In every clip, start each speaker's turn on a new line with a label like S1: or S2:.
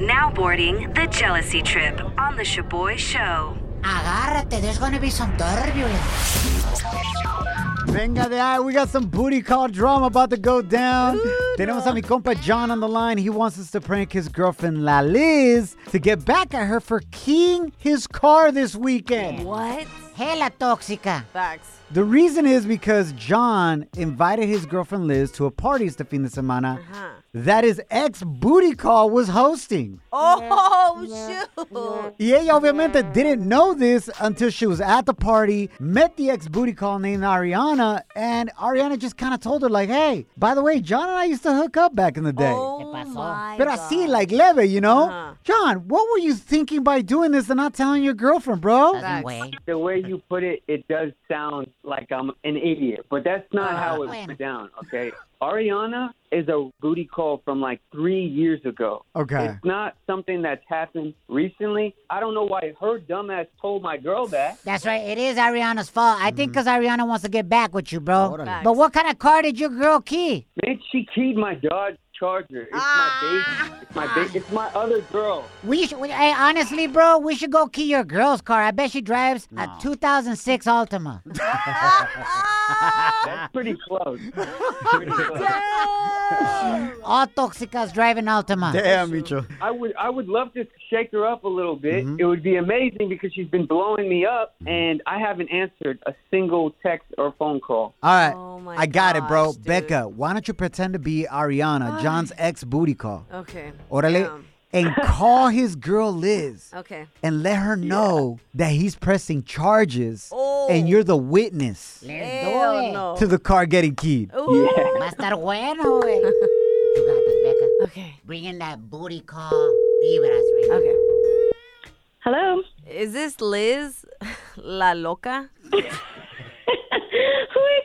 S1: Now boarding the jealousy trip on the Shaboy Show.
S2: Agárrate, there's gonna be some turbulence.
S3: Venga de ahí. We got some booty call drama about to go down. Tenemos a mi compa John on the line. He wants us to prank his girlfriend, La Liz, to get back at her for keying his car this weekend.
S4: What?
S2: Hela tóxica.
S4: Facts.
S3: The reason is because John invited his girlfriend Liz to a party este fin de semana that his ex booty call was hosting.
S4: Oh, shoot.
S3: Y ella E obviamente didn't know this until she was at the party, met the ex booty call named Ariana, and Ariana just kind of told her, like, hey, by the way, John and I used to hook up back in the day.
S4: Oh,
S2: pasó?
S4: my
S3: But I
S4: God.
S3: see, like leve, you know?
S4: Uh-huh.
S3: John, what were you thinking by doing this and not telling your girlfriend, bro?
S2: Doesn't güey.
S5: the way you put it, it does sound like I'm an idiot, but that's not how it went down, okay? Ariana is a booty call from like three years ago.
S3: Okay.
S5: It's not something that's happened recently. I don't know why her dumbass told my girl that.
S2: That's right, it is Ariana's fault. I
S3: Mm-hmm.
S2: think 'cause Ariana wants to get back with you, bro.
S3: Órale.
S2: But what kind of car did your girl key?
S5: Man, she keyed my Dodge Charger. It's my baby. It's my baby. It's my other girl.
S2: We should, we- hey, honestly, bro, we should go key your girl's car. I bet she drives a 2006 Altima.
S5: That's pretty close. pretty close.
S2: All toxicas driving Altima.
S3: Damn, Micho.
S5: I would I would love to shake her up a little bit. It would be amazing because she's been blowing me up and I haven't answered a single text or phone call.
S3: All right.
S4: Oh my
S3: I got it, bro.
S4: gosh, dude.
S3: Becca, why don't you pretend to be Ariana, John's ex booty call?
S4: Okay.
S3: Orale.
S4: Damn.
S3: And call his girl Liz
S4: Okay.
S3: and let her know that he's pressing charges
S4: Oh.
S3: and you're the witness
S2: Let's do
S4: Hell
S2: it.
S4: no.
S3: to the car getting keyed.
S4: Ooh.
S2: Va a estar bueno, güey. You got this, Becca.
S4: Okay.
S2: Bring in that booty call vibras right
S4: Okay.
S6: Hello.
S4: Is this Liz La Loca?
S6: Who is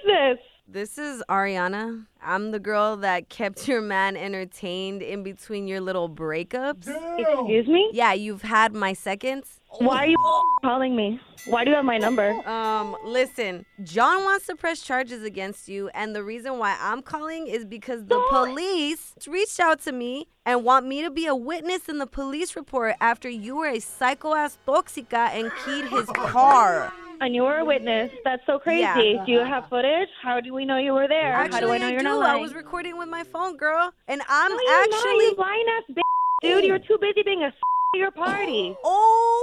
S6: this?
S4: This is Ariana. I'm the girl that kept your man entertained in between your little breakups.
S6: Excuse me?
S4: Yeah, you've had my seconds.
S6: Why are you calling me? Why do you have my number?
S4: Um, listen, John wants to press charges against you, and the reason why I'm calling is because the police reached out to me and want me to be a witness in the police report after you were a psycho ass toxica and keyed his car.
S6: And you were a witness. That's so crazy.
S4: Yeah.
S6: Do you have footage? How do we know you were there? How do
S4: Actually,
S6: I know
S4: I
S6: you're
S4: do.
S6: not
S4: I
S6: lying?
S4: was recording with my phone, girl, and I'm
S6: No, you're not,
S4: actually
S6: you lying ass b- dude. You're too busy being a s- at your party.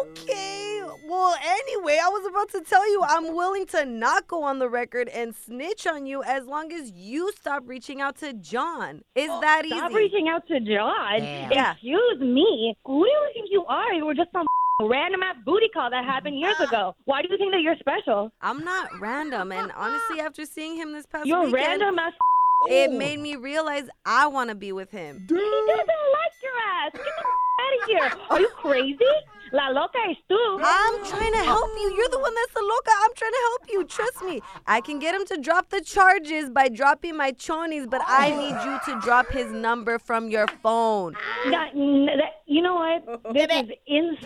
S4: Okay. Well, anyway, I was about to tell you I'm willing to not go on the record and snitch on you as long as you stop reaching out to John. Is that easy?
S6: Oh, Stop reaching out to John.
S2: Damn.
S4: Yeah.
S6: Excuse me. Who do you think you are? You were just some s- random ass booty call that happened years
S4: Ah.
S6: ago. Why do you think that you're special?
S4: I'm not random, and honestly, after seeing him this past
S6: You're
S4: weekend,
S6: random as
S4: it made me realize I want to be with him.
S6: He doesn't like your ass. Get the out of here. Are you crazy? La loca es tú.
S4: I'm trying to help you. You're the one that's the loca. I'm trying to help you. Trust me. I can get him to drop the charges by dropping my chonies, but I need you to drop his number from your phone.
S6: That, that, you know what? This is ins-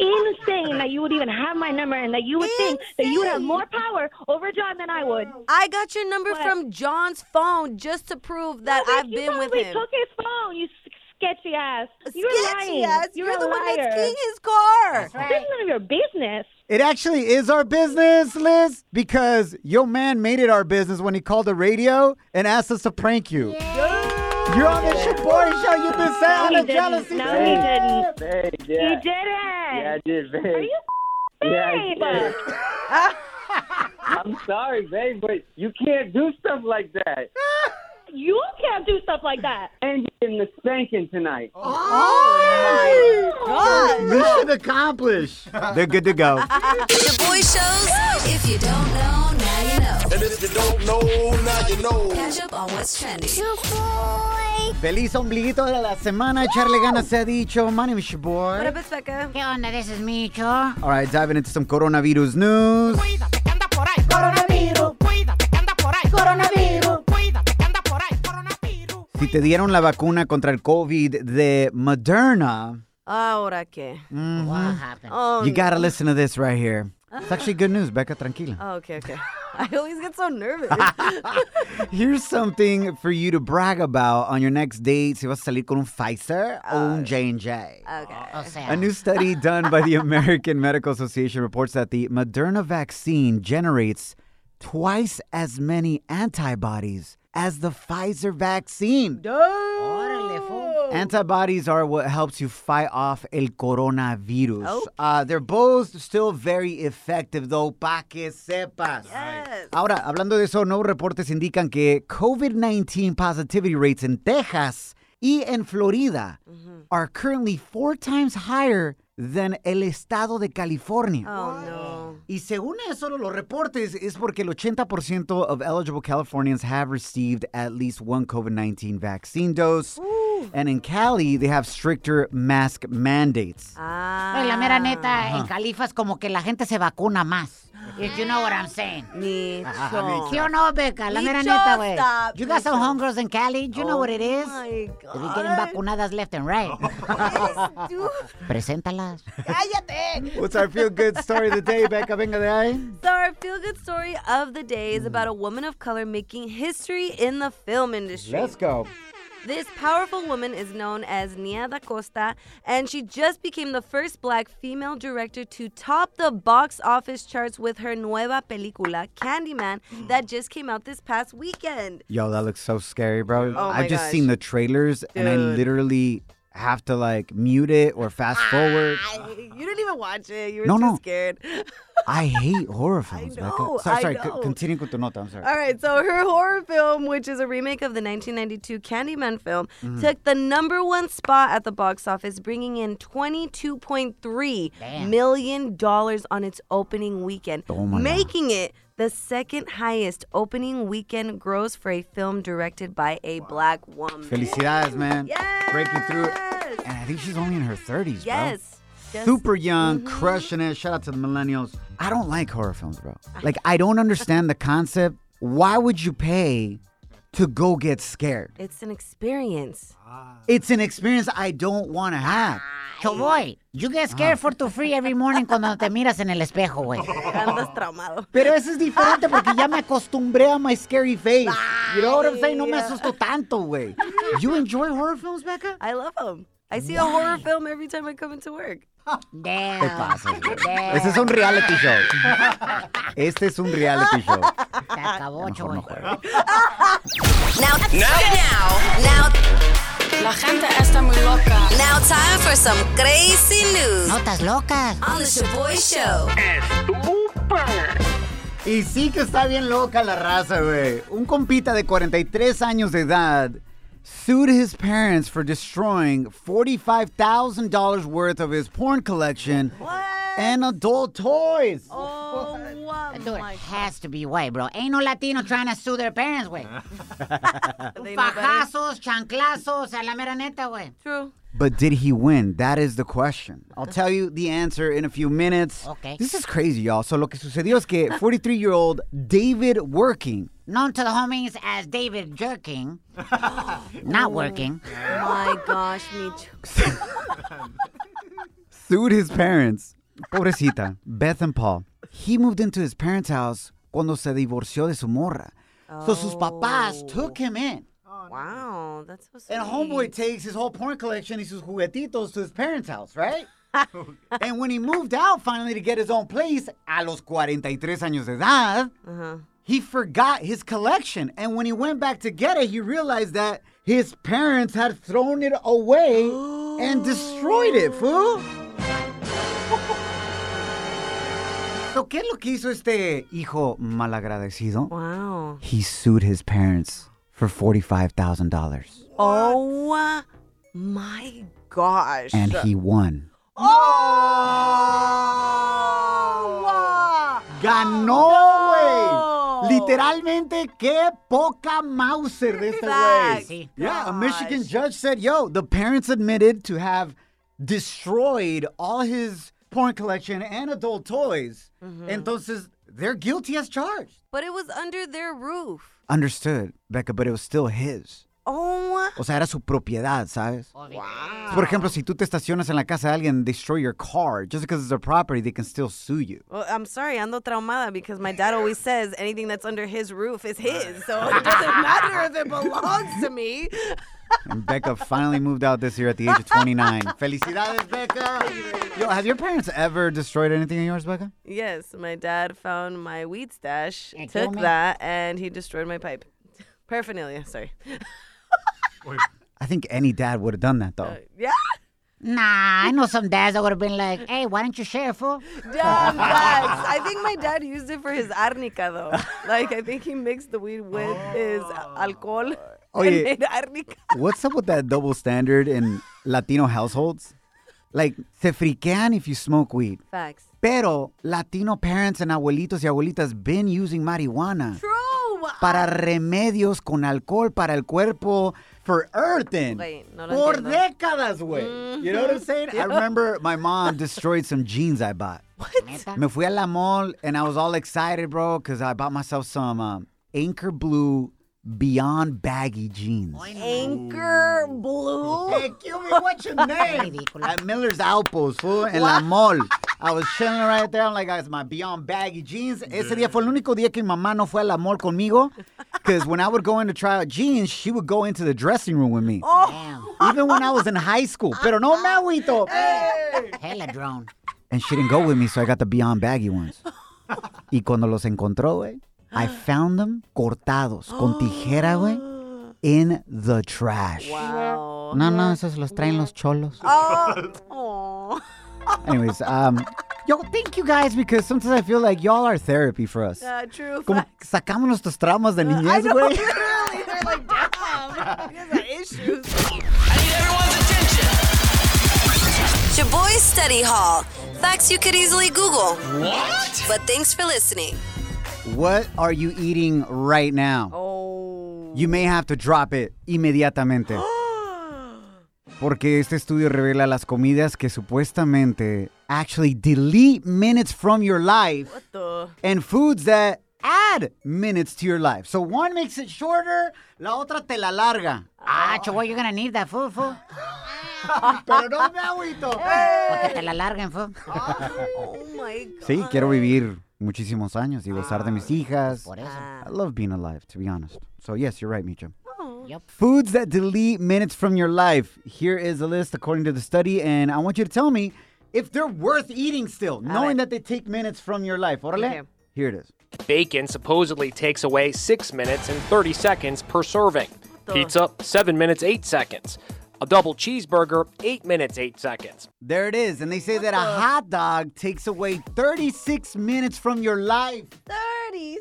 S6: insane that you would even have my number and that you would think that you would have more power over John than I would.
S4: I got your number
S6: What?
S4: from John's phone just to prove that
S6: Bitch,
S4: I've
S6: you
S4: been with
S6: probably
S4: him.
S6: took his phone, you s- sketchy ass. You're
S4: Sketchy
S6: lying.
S4: ass.
S6: You're,
S4: You're
S6: a
S4: the
S6: liar.
S4: one that's keying his car.
S2: now.
S6: This is none of your business.
S3: It actually is our business, Liz, because your man made it our business when he called the radio and asked us to prank you. You're on the Shaboy show. You've been set on
S6: No,
S3: a
S6: he didn't.
S3: jealousy
S6: No,
S3: trip.
S5: Hey,
S6: he didn't. He
S5: yeah.
S6: didn't.
S5: Yeah, I did, babe.
S6: Are you
S5: yeah, I
S6: babe?
S5: did. I'm sorry, babe, but you can't do stuff like that.
S6: you can't do stuff like that.
S5: And in the spanking tonight.
S3: Oh, Mission accomplished. They're good to go.
S7: The boy shows. If you don't know, now you know.
S8: And if you don't know, now you know.
S7: Catch up on what's trending.
S3: Feliz ombliguito de la semana. Charle Gana se ha dicho. My name is your
S4: What
S3: boy.
S4: up, it's Becca?
S2: ¿Qué onda? This is Micho.
S3: All right, diving into some coronavirus news. Si te dieron la vacuna contra el COVID de Moderna,
S4: Ahora que.
S3: Mm-hmm.
S2: What happened?
S4: Oh,
S3: you gotta listen to this right here. It's actually good news, Becca. Tranquila.
S4: oh, okay, okay. I always get so nervous. Oh,
S3: Here's something for you to brag about on your next date si vas a salir con un Pfizer o un J&J.
S4: okay.
S2: O sea,
S3: A new study done by the American Medical Association reports that the Moderna vaccine generates twice as many antibodies as the Pfizer vaccine.
S2: órale, fool.
S3: Antibodies are what helps you fight off el coronavirus. Uh, they're both still very effective, though, pa' que sepas.
S4: Yes.
S3: Ahora, hablando de eso, nuevos reportes indican que COVID-19 positivity rates in Texas y en Florida are currently four times higher than el estado de California.
S4: Oh, no.
S3: Y según eso, los reportes es porque el 80% of eligible Californians have received at least one COVID-19 vaccine dose. And in Cali, they have stricter mask mandates.
S4: Ah.
S2: Ay, la mera neta, en Califas como que la gente se vacuna más. If you know what I'm saying.
S4: Nicho.
S2: ¿Sí o no, Beca? La mera
S4: Micho,
S2: neta, güey.
S4: stop. Oh
S2: You got some homegirls in Cali. You know what it is.
S4: my
S2: They be getting
S4: God.
S2: vacunadas left and right. Preséntalas.
S4: Cállate.
S3: What's our feel-good story of the day, Becca? Venga de ahí.
S4: So our feel-good story of the day is about a woman of color making history in the film industry.
S3: Let's go.
S4: This powerful woman is known as Nia da Costa, and she just became the first black female director to top the box office charts with her nueva película, Candyman, that just came out this past weekend.
S3: Yo, that looks so scary, bro.
S4: Oh my
S3: I've just
S4: gosh.
S3: seen the trailers and I
S4: Dude.
S3: literally have to like mute it or fast forward.
S4: I- you didn't even watch it. You were
S3: No,
S4: too
S3: no.
S4: scared.
S3: I hate horror films,
S4: know,
S3: Becca. Sorry,
S4: I
S3: sorry.
S4: know.
S3: C- continue con tu nota. I'm sorry.
S4: All right, so her horror film, which is a remake of the 1992 Candyman film,
S3: Mm-hmm.
S4: took the number one spot at the box office, bringing in 22.3
S2: Damn.
S4: million dollars on its opening weekend,
S3: my God.
S4: making it the second highest opening weekend gross for a film directed by a black woman.
S3: Felicidades, man.
S4: Yes.
S3: Breaking through. And I think she's only in her 30s,
S4: Yes.
S3: bro.
S4: Just-
S3: Super young, crushing it. Shout out to the millennials. I don't like horror films, bro. Like, I don't understand the concept. Why would you pay to go get scared?
S4: It's an experience.
S3: It's an experience I don't want to have.
S2: Choboy, you get scared for tu free every morning cuando te miras en el espejo, güey.
S3: Ah.
S4: Andas traumado.
S3: Pero eso es diferente porque ya me acostumbré a my scary face. You know what I'm saying? No me asusto tanto, güey. You enjoy horror films, Becca?
S4: I love them. I see a horror film every time I come into work.
S2: Damn.
S3: ¿Qué pasa? Ese es un reality show. Este es un reality show.
S2: Se acabó,
S3: Mejor no
S2: Choboy.
S3: juego.
S7: Now, now, now,
S9: La gente está muy loca.
S7: now, time for some crazy news
S2: Notas locas.
S7: on the Shaboy Show.
S3: Y sí que está bien loca la raza, güey. Un compita de 43 años de edad sued his parents for destroying $45,000 worth of his porn collection and adult toys.
S4: Oh, wow.
S2: Dude, has to be white, bro. Ain't no Latino trying to sue their parents, güey.
S4: They know better.
S2: Fajazos, chanclazos, a la mera neta, güey.
S4: True.
S3: But did he win? That is the question. I'll tell you the answer in a few minutes.
S2: Okay.
S3: This is crazy, y'all. So lo que sucedió es que 43-year-old David Working
S2: Known to the homies as David Jerking. Not working.
S4: My gosh, Micho.
S3: sued his parents. Pobrecita, Beth and Paul. He moved into his parents' house cuando se divorció de su morra. So sus papás took him in.
S4: Wow, that's so sweet.
S3: And homeboy takes his whole porn collection y sus juguetitos to his parents' house, right? and when he moved out finally to get his own place, a los 43 años de edad, he forgot his collection. And when he went back to get it, he realized that his parents had thrown it away and destroyed it, fool. so, ¿qué es lo que hizo este hijo malagradecido?
S4: Wow.
S3: He sued his parents for $45,000.
S4: Oh my gosh.
S3: And he won.
S4: oh! wow.
S3: ¡Ganó,
S4: No.
S3: güey! Literalmente, qué poca mouser de este güey.
S4: Facts. Sí.
S3: Yeah, a Michigan judge said, yo, the parents admitted to have destroyed all his porn collection and adult toys. Entonces, they're guilty as charged.
S4: But it was under their roof.
S3: Understood, Becca, but it was still his.
S4: Oh,
S3: O sea, era su propiedad, ¿sabes? Por ejemplo, si tú te estacionas en la casa de alguien, destroy your car. Just because it's their property, they can still sue you.
S4: well, I'm sorry, ando traumada because my dad always says anything that's under his roof is his. So it doesn't matter if it belongs to me.
S3: And Becca finally moved out this year at the age of 29. Felicidades, Becca! Yo, have your parents ever destroyed anything of yours, Becca?
S4: Yes, my dad found my weed stash,
S2: And killed
S4: took
S2: me.
S4: that, and he destroyed my pipe. Paraphernalia, sorry.
S3: I think any dad would have done that, though.
S4: Yeah.
S2: Nah, I know some dads that would have been like, hey, why don't you share, fool?
S4: Damn, facts. I think my dad used it for his arnica, though. Like, I think he mixed the weed with his alcohol
S3: Oye.
S4: and made arnica.
S3: What's up with that double standard in Latino households? Like, se friquean if you smoke weed.
S4: Facts.
S3: Pero Latino parents and abuelitos y abuelitas been using marijuana.
S4: True.
S3: para remedios con alcohol para el cuerpo for earthen.
S4: Wait, no lo
S3: Por
S4: entiendo.
S3: décadas, güey. You know what I'm saying? I remember my mom destroyed some jeans I bought.
S2: Neta.
S3: Me fui a la mall and I was all excited, bro, because I bought myself some um, Anchor Blue Beyond Baggy jeans.
S4: Anchor blue.
S3: Hey, Cuby, what's your name?
S2: Ridículo.
S3: At Miller's Outpost, fool, en la mall. I was chilling right there. I'm like, guys, my Beyond Baggy jeans. Ese día fue el único día que mi mamá no fue a la mall conmigo. Because when I would go in to try out jeans, she would go into the dressing room with me.
S2: Damn.
S3: Even when I was in high school. Pero no me agüito.
S2: Hella drone.
S3: And she didn't go with me, so I got the Beyond Baggy ones. y cuando los encontró, güey, I found them cortados con tijera, güey, in the trash.
S4: Wow.
S3: No, no, esos los traen los cholos.
S4: Oh. aw.
S3: Anyways, um, yo, thank you guys because sometimes I feel like y'all are therapy for us.
S4: Uh, true.
S3: Como
S4: facts.
S3: sacamos nuestros traumas de
S4: I
S3: niñez,
S4: know,
S3: güey.
S4: literally. They're like, damn. You guys got issues.
S7: It's your boy's study hall. Facts you could easily Google. What? But thanks for listening.
S3: What are you eating right now?
S4: Oh.
S3: You may have to drop it inmediatamente. Porque este estudio revela las comidas que supuestamente actually delete minutes from your life
S4: the-
S3: and foods that add minutes to your life. So one makes it shorter, la otra te la larga.
S2: Ah, chubo, you're gonna need that, fool, fool.
S3: Pero no me agüito.
S2: Porque te la larguen, fool.
S4: Oh my god.
S3: Sí, quiero vivir muchísimos años y gozar de mis hijas.
S2: Ah, Por eso.
S3: I love being alive, to be honest. So yes, you're right, Micho.
S2: Yep.
S3: Foods that delete minutes from your life. Here is a list according to the study, and I want you to tell me if they're worth eating still, knowing that they take minutes from your life. Orale?
S4: Okay.
S3: Here it is.
S10: Bacon supposedly takes away 6 minutes and 30 seconds per serving. Pizza, 7 minutes 8 seconds. A double cheeseburger, 8 minutes 8 seconds.
S3: There it is. And they say that a hot dog takes away 36 minutes from your life.
S4: 36.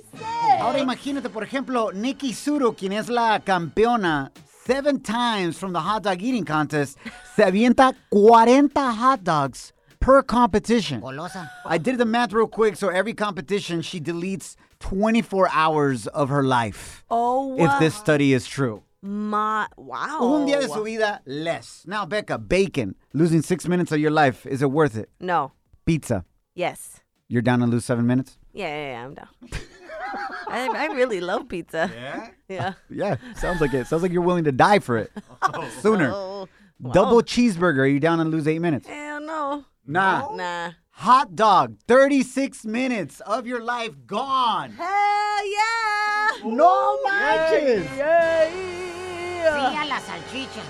S3: Ahora imagínate, por ejemplo, Nikki Suro, quien es la campeona seven times from the hot dog eating contest, se avienta 40 hot dogs per competition.
S2: Golosa.
S3: I did the math real quick, so every competition she deletes 24 hours of her life.
S4: Oh
S3: If this study is true.
S4: my Oh, wow.
S3: Un día de su vida less. Now, Becca, bacon, losing six minutes of your life, is it worth it?
S4: No.
S3: Pizza,
S4: Yes.
S3: you're down to lose seven minutes?
S4: Yeah, yeah, yeah I'm down. I, I really love pizza. Yeah. Yeah.
S3: Yeah, sounds like it. Sounds like you're willing to die for it
S4: Oh.
S3: sooner. Double cheeseburger, are you down and lose eight minutes?
S4: Hell no.
S3: Nah.
S4: Nah.
S3: Hot dog, 36 minutes of your life gone.
S4: Hell yeah.
S3: No matches.
S2: Sí, a la salchicha.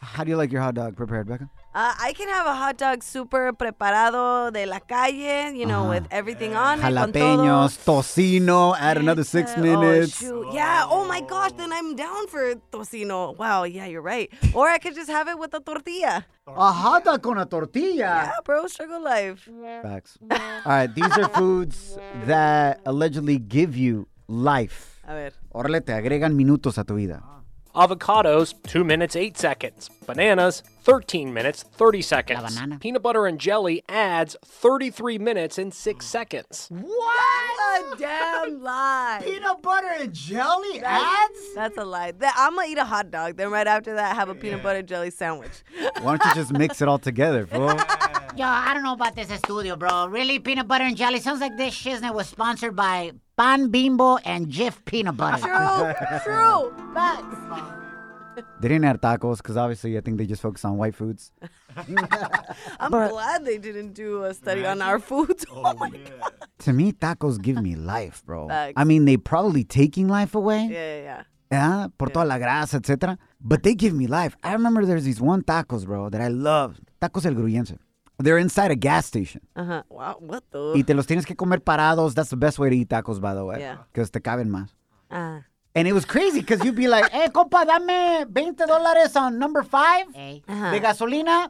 S3: How do you like your hot dog prepared, Becca?
S4: Uh, I can have a hot dog super preparado de la calle, you know, with everything on it. con todo.
S3: Jalapenos, tocino, add another six
S4: Uh,
S3: minutes.
S4: Oh, shoot. Yeah. Oh my gosh. Then I'm down for tocino. Wow. Yeah, you're right. Or I could just have it with a tortilla.
S3: A hot dog con a tortilla.
S4: Yeah, bro. Struggle life.
S3: Facts. All right, these are foods that allegedly give you life.
S4: A ver.
S3: Órale, te agregan minutos a tu vida.
S10: Avocados, 2 minutes 8 seconds. Bananas, 13 minutes 30 seconds. Peanut butter and jelly adds 33 minutes and 6 seconds.
S4: What? a damn lie.
S3: Peanut butter and jelly
S4: ads? That's a lie. I'm going to eat a hot dog. Then right after that, have a peanut butter and jelly sandwich.
S3: Why don't you just mix it all together, fool?
S2: Yo, I don't know about this studio, bro. Really, peanut butter and jelly sounds like this shiznit was sponsored by Pan Bimbo and Jif Peanut Butter.
S4: True, true. Facts.
S3: They didn't add tacos because obviously I think they just focus on white foods.
S4: I'm glad they didn't do a study on our foods. Oh, my God.
S3: to me, tacos give me life, bro.
S4: Facts.
S3: I mean, they probably taking life away.
S4: Yeah, yeah, yeah.
S3: Yeah, por toda la grasa, etc. But they give me life. I remember there's these one tacos, bro, that I love. Tacos El Gruyense. They're inside a gas station.
S4: Uh-huh. Wow, what
S3: Y
S4: the?
S3: te los tienes que comer parados. That's the best way to eat tacos, by the way.
S4: Yeah.
S3: Because te caben más.
S4: Ah.
S3: And it was crazy because you'd be like, hey, compa, dame 20 dólares on number five
S2: Hey.
S3: de gasolina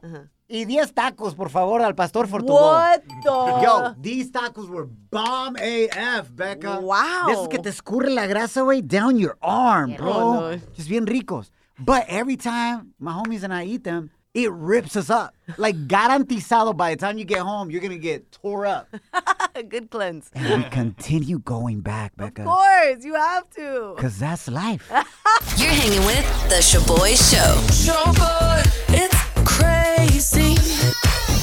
S3: y 10 tacos, por favor, al pastor Fortunato.
S4: What the?
S3: Yo, these tacos were bomb AF, Becca.
S4: Wow.
S3: This is que te escurre la grasa, way down your arm, bro.
S4: Oh, no.
S3: Just bien ricos. But every time my homies and I eat them, it rips us up. Like, garantizado by the time you get home, you're going to get tore up.
S4: Good cleanse. Of
S3: And we continue going back, Becca.
S4: course, you have to.
S3: Because that's life.
S7: You're hanging with The Shaboy Show. Shaboy, it's crazy.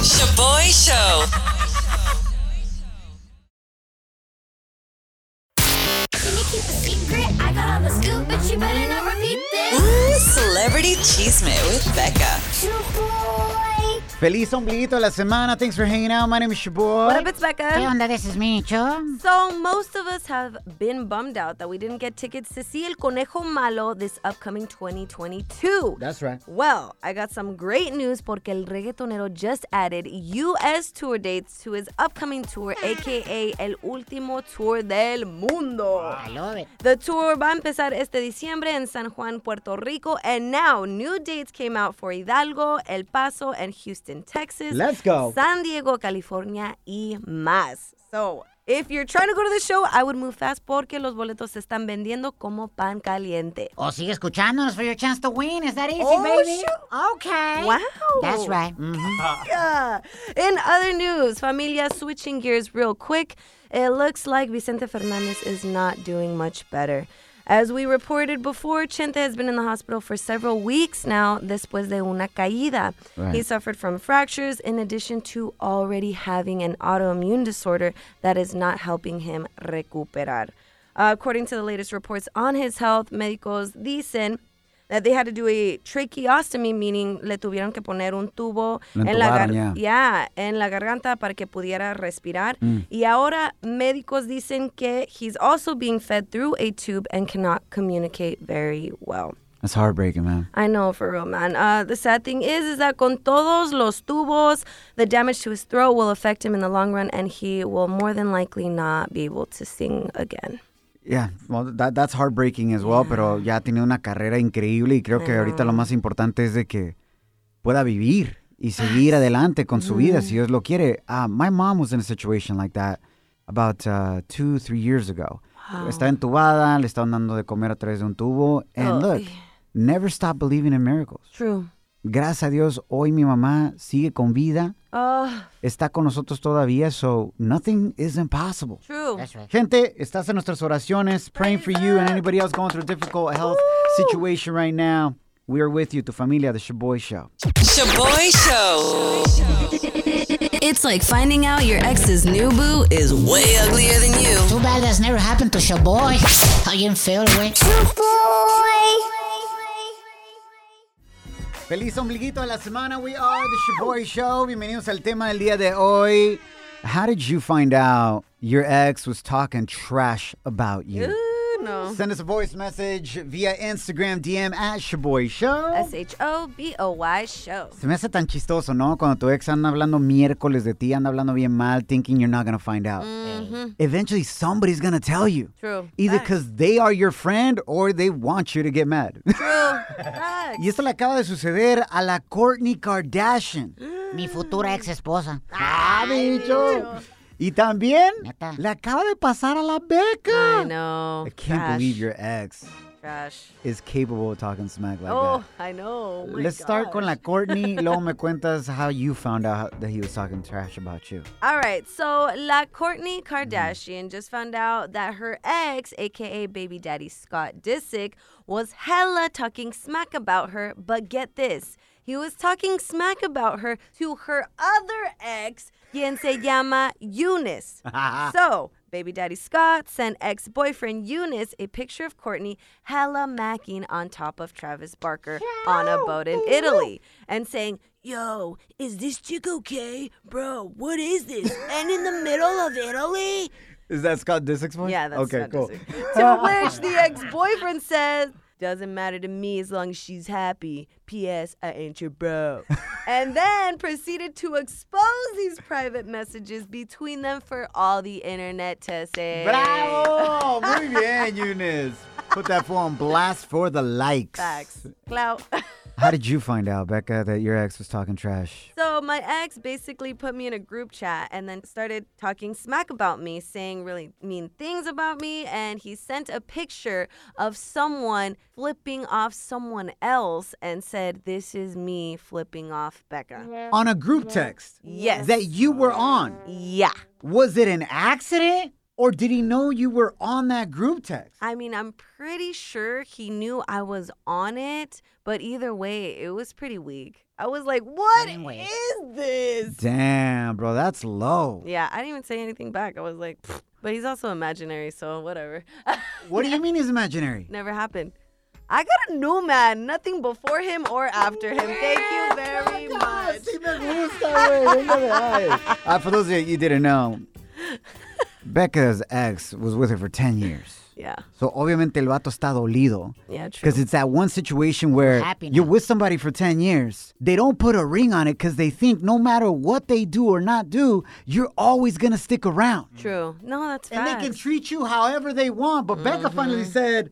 S7: Shaboy Show. Ooh, Celebrity Chisme with Becca.
S3: Feliz ombliguito de la semana. Thanks for hanging out. My name is Shaboy.
S4: What up, it's Becca.
S2: ¿Qué onda? This is me, cho.
S4: So, most of us have been bummed out that we didn't get tickets to see El Conejo Malo this upcoming 2022.
S3: That's right.
S4: Well, I got some great news porque el reggaetonero just added US tour dates to his upcoming tour, aka El Último Tour del Mundo.
S2: I love it.
S4: The tour va a empezar este diciembre en San Juan, Puerto Rico, and now new dates came out for Hidalgo, El Paso, and Houston, Texas.
S3: Let's go.
S4: San Diego, California, y más. So, if you're trying to go to the show, I would move fast porque los boletos se están vendiendo como pan caliente.
S2: O Oh, sigue escuchándonos for your chance to win. Is that easy,
S4: Oh,
S2: baby?
S4: shoot.
S2: Okay.
S4: Wow.
S2: That's right. Mm.
S4: Yeah. In other news, familia, switching gears real quick, it looks like Vicente Fernandez is not doing much better. As we reported before, Chente has been in the hospital for several weeks now, después de una caída. He suffered from fractures in addition to already having an autoimmune disorder that is not helping him recuperar. Uh, according to the latest reports on his health, médicos dicen that they had to do a tracheostomy, meaning le tuvieron que poner un tubo
S3: Lo
S4: en la,
S3: entubaron,
S4: gar-
S3: ya.
S4: ya, en la garganta para que pudiera respirar. Y ahora médicos dicen que he's also being fed through a tube and cannot communicate very well.
S3: That's heartbreaking, man.
S4: I know for real, man. Uh, the sad thing is, is that con todos los tubos, the damage to his throat will affect him in the long run, and he will more than likely not be able to sing again.
S3: Yeah, well, that, that's heartbreaking as well, pero ya tiene una carrera increíble y creo que ahorita lo más importante es de que pueda vivir y seguir adelante con su vida si Dios lo quiere. Uh, my mom was in a situation like that about uh, two, three years ago. Está entubada, le están dando de comer a través de un tubo. And
S4: Oh,
S3: look, never stop believing in miracles.
S4: True.
S3: Gracias a Dios, hoy mi mamá sigue con vida,
S4: Oh,
S3: está con nosotros todavía, so nothing is impossible.
S4: true.
S2: That's right.
S3: Gente, estás en nuestras oraciones, praying for you and anybody else going through a difficult health situation right now. We are with you, tu familia, the Shaboy Show.
S7: Shaboy Show. It's like finding out your ex's new boo is way uglier than you.
S2: Too bad that's never happened to your boy. How you feel, güey?
S3: Feliz ombliguito de la semana. We are the Shaboy Show. Bienvenidos al tema del día de hoy. How did you find out your ex was talking trash about you?
S4: Ooh, Uh, no.
S3: Send us a voice message via Instagram DM at Shaboy Show.
S4: S H O B O Y show.
S3: Se me hace tan chistoso, ¿no? Cuando tu ex anda hablando miércoles de ti, anda hablando bien mal, thinking you're not gonna find out. Eventually somebody's gonna tell you.
S4: True.
S3: Either because they are your friend or they want you to get mad.
S4: True. Facts.
S3: y esto le acaba de suceder a la Kourtney Kardashian.
S2: Mi futura ex esposa.
S3: ¡Ah, bicho! Y también le acaba de pasar a la beca.
S4: I know.
S3: I can't
S4: Trash.
S3: believe your ex
S4: Trash.
S3: is capable of talking smack like
S4: oh,
S3: that.
S4: I know. Oh my
S3: Let's start con la
S4: gosh.
S3: Courtney. Luego me cuentas how you found out that he was talking trash about you.
S4: All right, so La Courtney
S3: Mm-hmm.
S4: Kardashian just found out that her ex, aka baby daddy Scott Disick, was hella talking smack about her. But get this, he was talking smack about her to her other ex, quien se llama Eunice. so, baby daddy Scott sent ex boyfriend Eunice a picture of Courtney hella macking on top of Travis Barker on a boat in Italy and saying, Yo, is this chick okay? Bro, what is this? and in the middle of Italy?
S3: Is that Scott Disick's voice?
S4: Yeah, that's
S3: okay,
S4: Scott
S3: cool.
S4: To which the ex boyfriend says, Doesn't matter to me as long as she's happy. P.S. I ain't your bro. and then proceeded to expose these private messages between them for all the internet to see.
S3: Bravo! Muy bien, Eunice. Put that fool on blast for the likes.
S4: Facts. Clout.
S3: How did you find out, Becca, that your ex was talking trash?
S4: So my ex basically put me in a group chat and then started talking smack about me, saying really mean things about me, and he sent a picture of someone flipping off someone else and said, "This is me flipping off Becca."
S3: On a group text
S4: Yes.
S3: that you were on.
S4: yeah.
S3: Was it an accident or did he know you were on that group text?
S4: I mean, I'm pretty sure he knew I was on it, but either way, it was pretty weak. I was like, "What is this?"
S3: Damn, bro, that's low.
S4: Yeah, I didn't even say anything back. I was like, "Pfft." but he's also imaginary, so whatever.
S3: What do you mean he's imaginary?
S4: Never happened. I got a new man. Nothing before him or after him. Thank you very much.
S3: Uh, for those of you that didn't know, Becca's ex was with her for 10 years.
S4: Yeah.
S3: So obviamente el vato está dolido.
S4: Yeah, true.
S3: Because it's that one situation where
S2: happy
S3: you're
S2: now.
S3: with somebody for 10 years. They don't put a ring on it because they think no matter what they do or not do, you're always going to stick around.
S4: True. No, that's
S3: And
S4: facts.
S3: they can treat you however they want. But Becca finally said,
S2: Mm-hmm.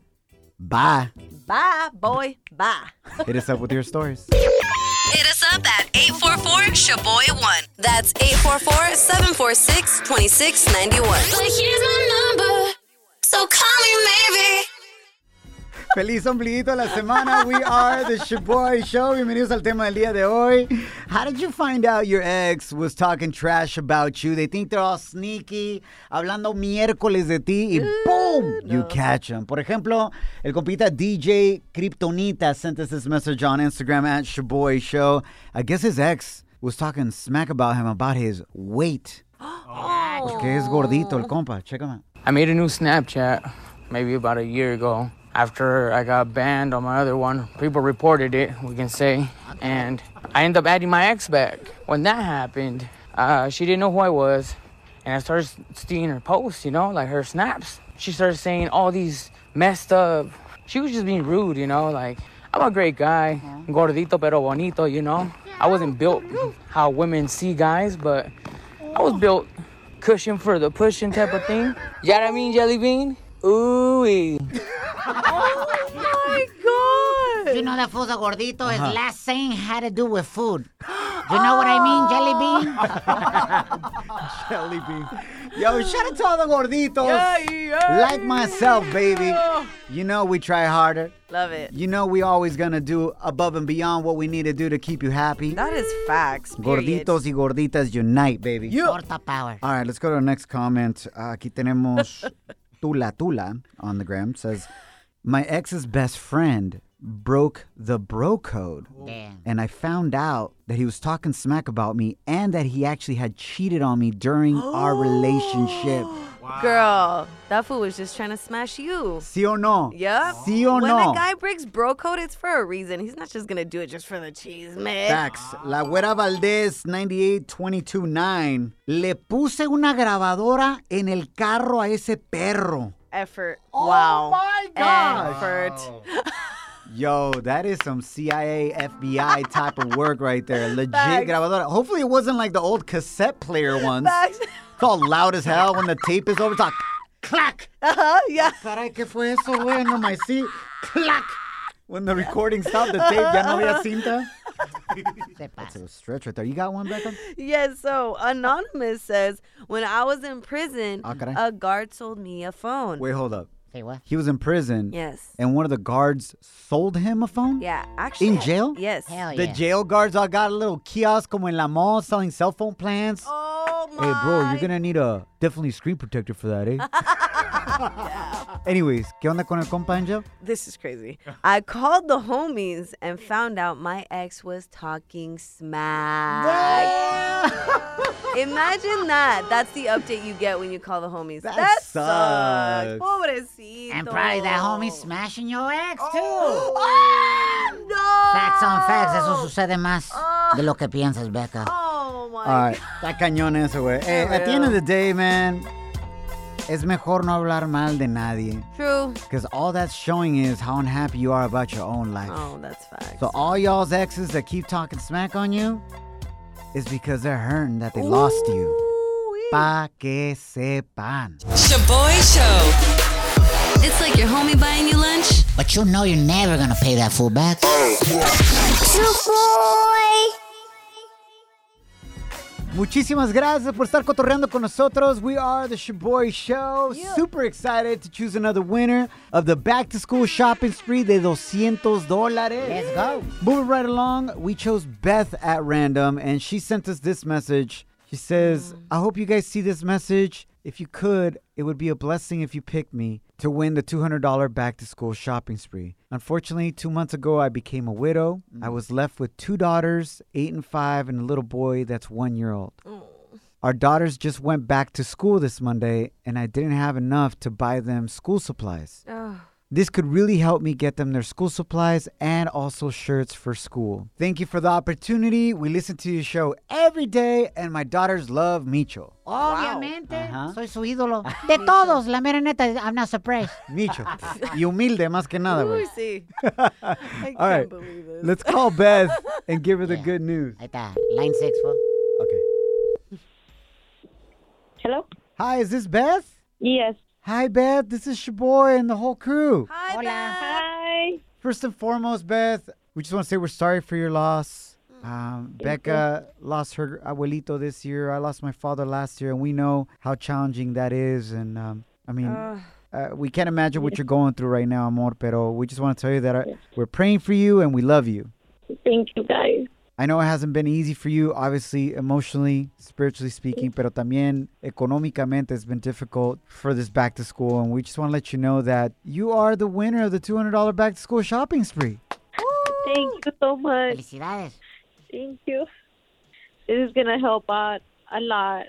S3: bye.
S4: Bye, boy. Bye.
S3: Hit us up with your stories.
S7: Hit us up at 844-SHABOY1. That's 844-746-2691. here's my number, so call me maybe.
S3: Feliz ombliguito de la semana. We are the Shaboy Show. Bienvenidos al tema del día de hoy. How did you find out your ex was talking trash about you? They think they're all sneaky, hablando miércoles de ti, y boom, you catch them. Por ejemplo, el compita DJ Kryptonita sent us this message on Instagram at Shaboy Show. I guess his ex was talking smack about him about his weight. Porque es gordito el compa. Check him out.
S11: I made a new Snapchat maybe about a year ago. After I got banned on my other one, people reported it, we can say, and I ended up adding my ex back. When that happened, uh, she didn't know who I was, and I started seeing her posts, you know, like her snaps. She started saying all these messed up. She was just being rude, you know, like, I'm a great guy, gordito pero bonito, you know. I wasn't built how women see guys, but I was built cushion for the pushing type of thing. You know what I mean, Jelly Bean? Ooh.
S4: Oh my god.
S2: You know that fool's a gordito. His
S4: Uh-huh.
S2: last saying had to do with food. You know what I mean,
S3: Jelly
S2: Jelly Bean?
S3: bean. Yo, shout out to all the gorditos. Like myself, baby. You know we try harder.
S4: Love it.
S3: You know we always gonna do above and beyond what we need to do to keep you happy.
S4: That is facts. Period.
S3: Gorditos y gorditas unite, baby.
S2: Torta power.
S3: All right, let's go to our next comment. Uh, aquí tenemos Tula Tula on the gram says, "My ex's best friend broke the bro code."
S2: Damn.
S3: and I found out that he was talking smack about me and that he actually had cheated on me during our relationship.
S4: Girl, that fool was just trying to smash you.
S3: ¿Sí o no?
S4: Yep.
S3: ¿Sí o
S4: when
S3: no?
S4: a guy breaks bro code, it's for a reason. He's not just gonna do it just for the cheese, man.
S3: Facts. La Güera Valdés, 98229. Le puse una grabadora en el carro a ese perro.
S4: Effort. wow.
S3: Oh my gosh.
S4: Effort.
S3: Yo, that is some CIA, FBI type of work right there. Legit
S4: Facts.
S3: grabadora. Hopefully it wasn't like the old cassette player ones.
S4: Facts.
S3: It's all loud as hell when the tape is over. It's like, clack.
S4: Uh-huh, yeah.
S3: Caray, ¿qué fue eso, güey? No my seat. Clack. When the recording stopped, the tape ya no había cinta. That's a stretch right there. You got one, Beckham?
S4: Yes, so Anonymous says, When I was in prison,
S3: Ah, caray.
S4: a guard sold me a phone.
S3: Wait, hold up.
S2: Say what?
S3: He was in prison.
S4: Yes.
S3: And one of the guards sold him a phone?
S4: Yeah, Oh, actually.
S3: In jail?
S4: Yes.
S3: The jail guards all got a little kiosk como en la mall selling cell phone plans.
S4: Oh
S3: my. Hey, bro, you're gonna need a definitely screen protector for that, eh? Anyways, ¿qué onda con el compa Angel?
S4: This is crazy. I called the homies and found out my ex was talking smack. Imagine that. That's the update you get when you call the homies. That,
S2: sucks.
S4: Pobrecito.
S2: And probably that homie smashing your ex, too.
S4: Oh. Ah, no.
S2: Facts on facts, eso sucede más de lo que piensas, Becca.
S4: Oh, my
S3: All right. Ah, Está cañón eso, güey. Hey, at the end of the day, man, es mejor no hablar mal de nadie.
S4: True.
S3: Because all that's showing is how unhappy you are about your own life.
S4: Oh, that's facts.
S3: So all y'all's exes that keep talking smack on you is because they're hurting that they lost you. Pa que sepan.
S7: Shaboy Show. It's like your homie buying you lunch.
S2: But you know you're never gonna pay that fool back.
S3: Muchísimas gracias por estar cotorreando con nosotros. We are the Shaboy Show. Super excited to choose another winner of the back to school shopping spree de 200 dólares.
S2: Let's go.
S3: Moving right along, we chose Beth at random, and she sent us this message. She says, I hope you guys see this message. If you could, it would be a blessing if you picked me to win the $200 back to school shopping spree. Unfortunately, two months ago, I became a widow. I was left with two daughters, eight and five, and a little boy that's one year old. Our daughters just went back to school this Monday, and I didn't have enough to buy them school supplies.
S4: Oh.
S3: This could really help me get them their school supplies and also shirts for school. Thank you for the opportunity. We listen to your show every day, and my daughters love Micho.
S2: Obviamente, soy su ídolo. De todos, la mera neta, I'm not surprised.
S3: Micho. y humilde más que nada, güey.
S4: sí.
S3: I All right, let's call Beth and give her the good news.
S2: Ahí está, line 6, fool.
S3: Okay.
S6: Hello?
S3: Hi, is this Beth?
S6: Yes.
S3: Hi, Beth. This is Shaboy and the whole crew.
S4: Hi,
S6: Hi.
S3: First and foremost, Beth, we just want to say we're sorry for your loss. Um, Becca lost her abuelito this year. I lost my father last year, and we know how challenging that is. And um, I mean, uh, we can't imagine what you're going through right now, amor. Pero we just want to tell you that uh we're praying for you and we love you.
S6: Thank you, guys.
S3: I know it hasn't been easy for you, obviously, emotionally, spiritually speaking, pero también económicamente it's been difficult for this back to school. And we just want to let you know that you are the winner of the $200 back to school shopping spree.
S6: Thank you so much.
S2: Felicidades.
S6: Thank you. This is gonna help out a lot.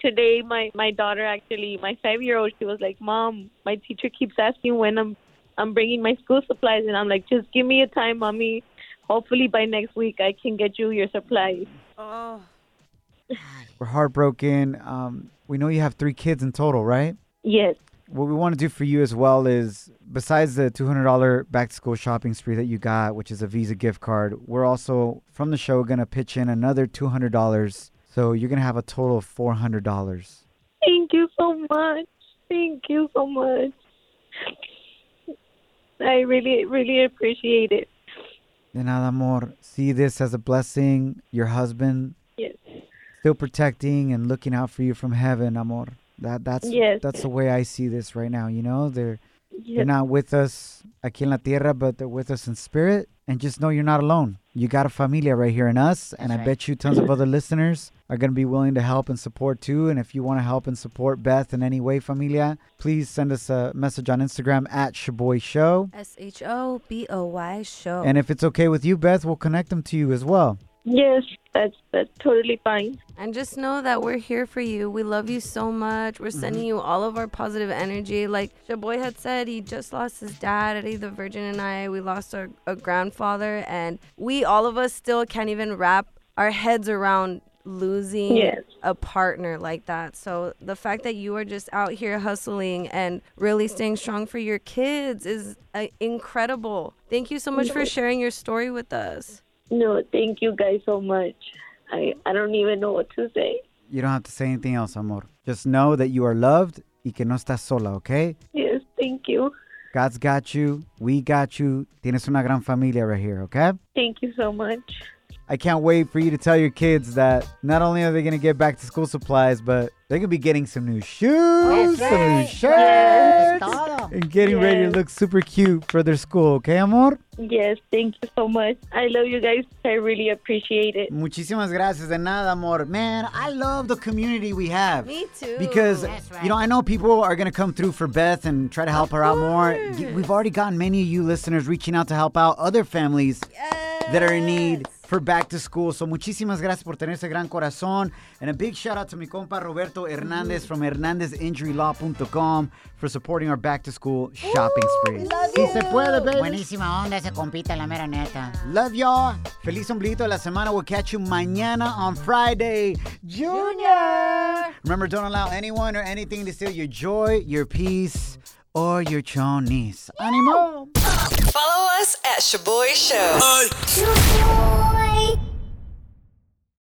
S6: Today, my my daughter actually, my five year old, she was like, "Mom, my teacher keeps asking when I'm I'm bringing my school supplies," and I'm like, "Just give me a time, mommy. Hopefully by next week I can get you your supplies."
S4: Oh.
S3: We're heartbroken. Um, we know you have three kids in total, right?
S6: Yes.
S3: What we want to do for you as well is, besides the $200 back to school shopping spree that you got, which is a Visa gift card, we're also from the show going to pitch in another $200. So you're going to have a total of $400.
S6: Thank you so much. Thank you so much. I really, really appreciate it.
S3: De nada, amor. See this as a blessing. Your husband
S6: Yes.
S3: still protecting and looking out for you from heaven, amor. That that's
S6: Yes.
S3: that's the way I see this right now. You know, they're they're
S6: Yes.
S3: not with us aquí en la tierra, but they're with us in spirit. And just know you're not alone. You got a familia right here in us, and I
S2: right.
S3: bet you tons of other listeners are going to be willing to help and support too. And if you want to help and support Beth in any way, familia, please send us a message on Instagram at Shaboy Show.
S4: S H O B O Y show.
S3: And if it's okay with you, Beth, we'll connect them to you as well.
S6: Yes, that's that's totally fine.
S4: And just know that we're here for you. We love you so much. We're sending you all of our positive energy. Like Shaboy had said, he just lost his dad, Eddie the Virgin, and I. We lost our, a grandfather, and we, all of us, still can't even wrap our heads around losing
S6: Yes.
S4: a partner like that. So the fact that you are just out here hustling and really staying strong for your kids is uh, incredible. Thank you so much for sharing your story with us.
S6: No, thank you guys so much. I I don't even know what to say.
S3: You don't have to say anything else, amor. Just know that you are loved y que no estás sola, okay?
S6: Yes, thank you.
S3: God's got you. We got you. Tienes una gran familia right here, okay?
S6: Thank you so much.
S3: I can't wait for you to tell your kids that not only are they going to get back to school supplies, but they're going to be getting some new shoes, some new shirts, and getting ready to
S6: Yes.
S3: look super cute for their school, okay, amor?
S6: Yes, thank you so much. I love you guys. I really appreciate it.
S3: Muchísimas gracias. De nada, amor. Man, I love the community we have.
S4: Me too.
S3: Because, you know, I know people are going to come through for Beth and try to help her out more. Y- We've already gotten many of you listeners reaching out to help out other families that are in need for back to school. So, muchísimas gracias por tener ese gran corazón. And a big shout out to mi compa Roberto Hernandez from HernandezInjuryLaw.com for supporting our back to school shopping spree. Sí se puede, baby.
S2: Buenísima onda ese compita, la mera neta.
S3: Love y'all. Feliz ombliguito de la semana. We'll catch you mañana on Friday. Junior! Remember, don't allow anyone or anything to steal your joy, your peace, or your chonies. Animo!
S7: Follow us at Shaboy Show.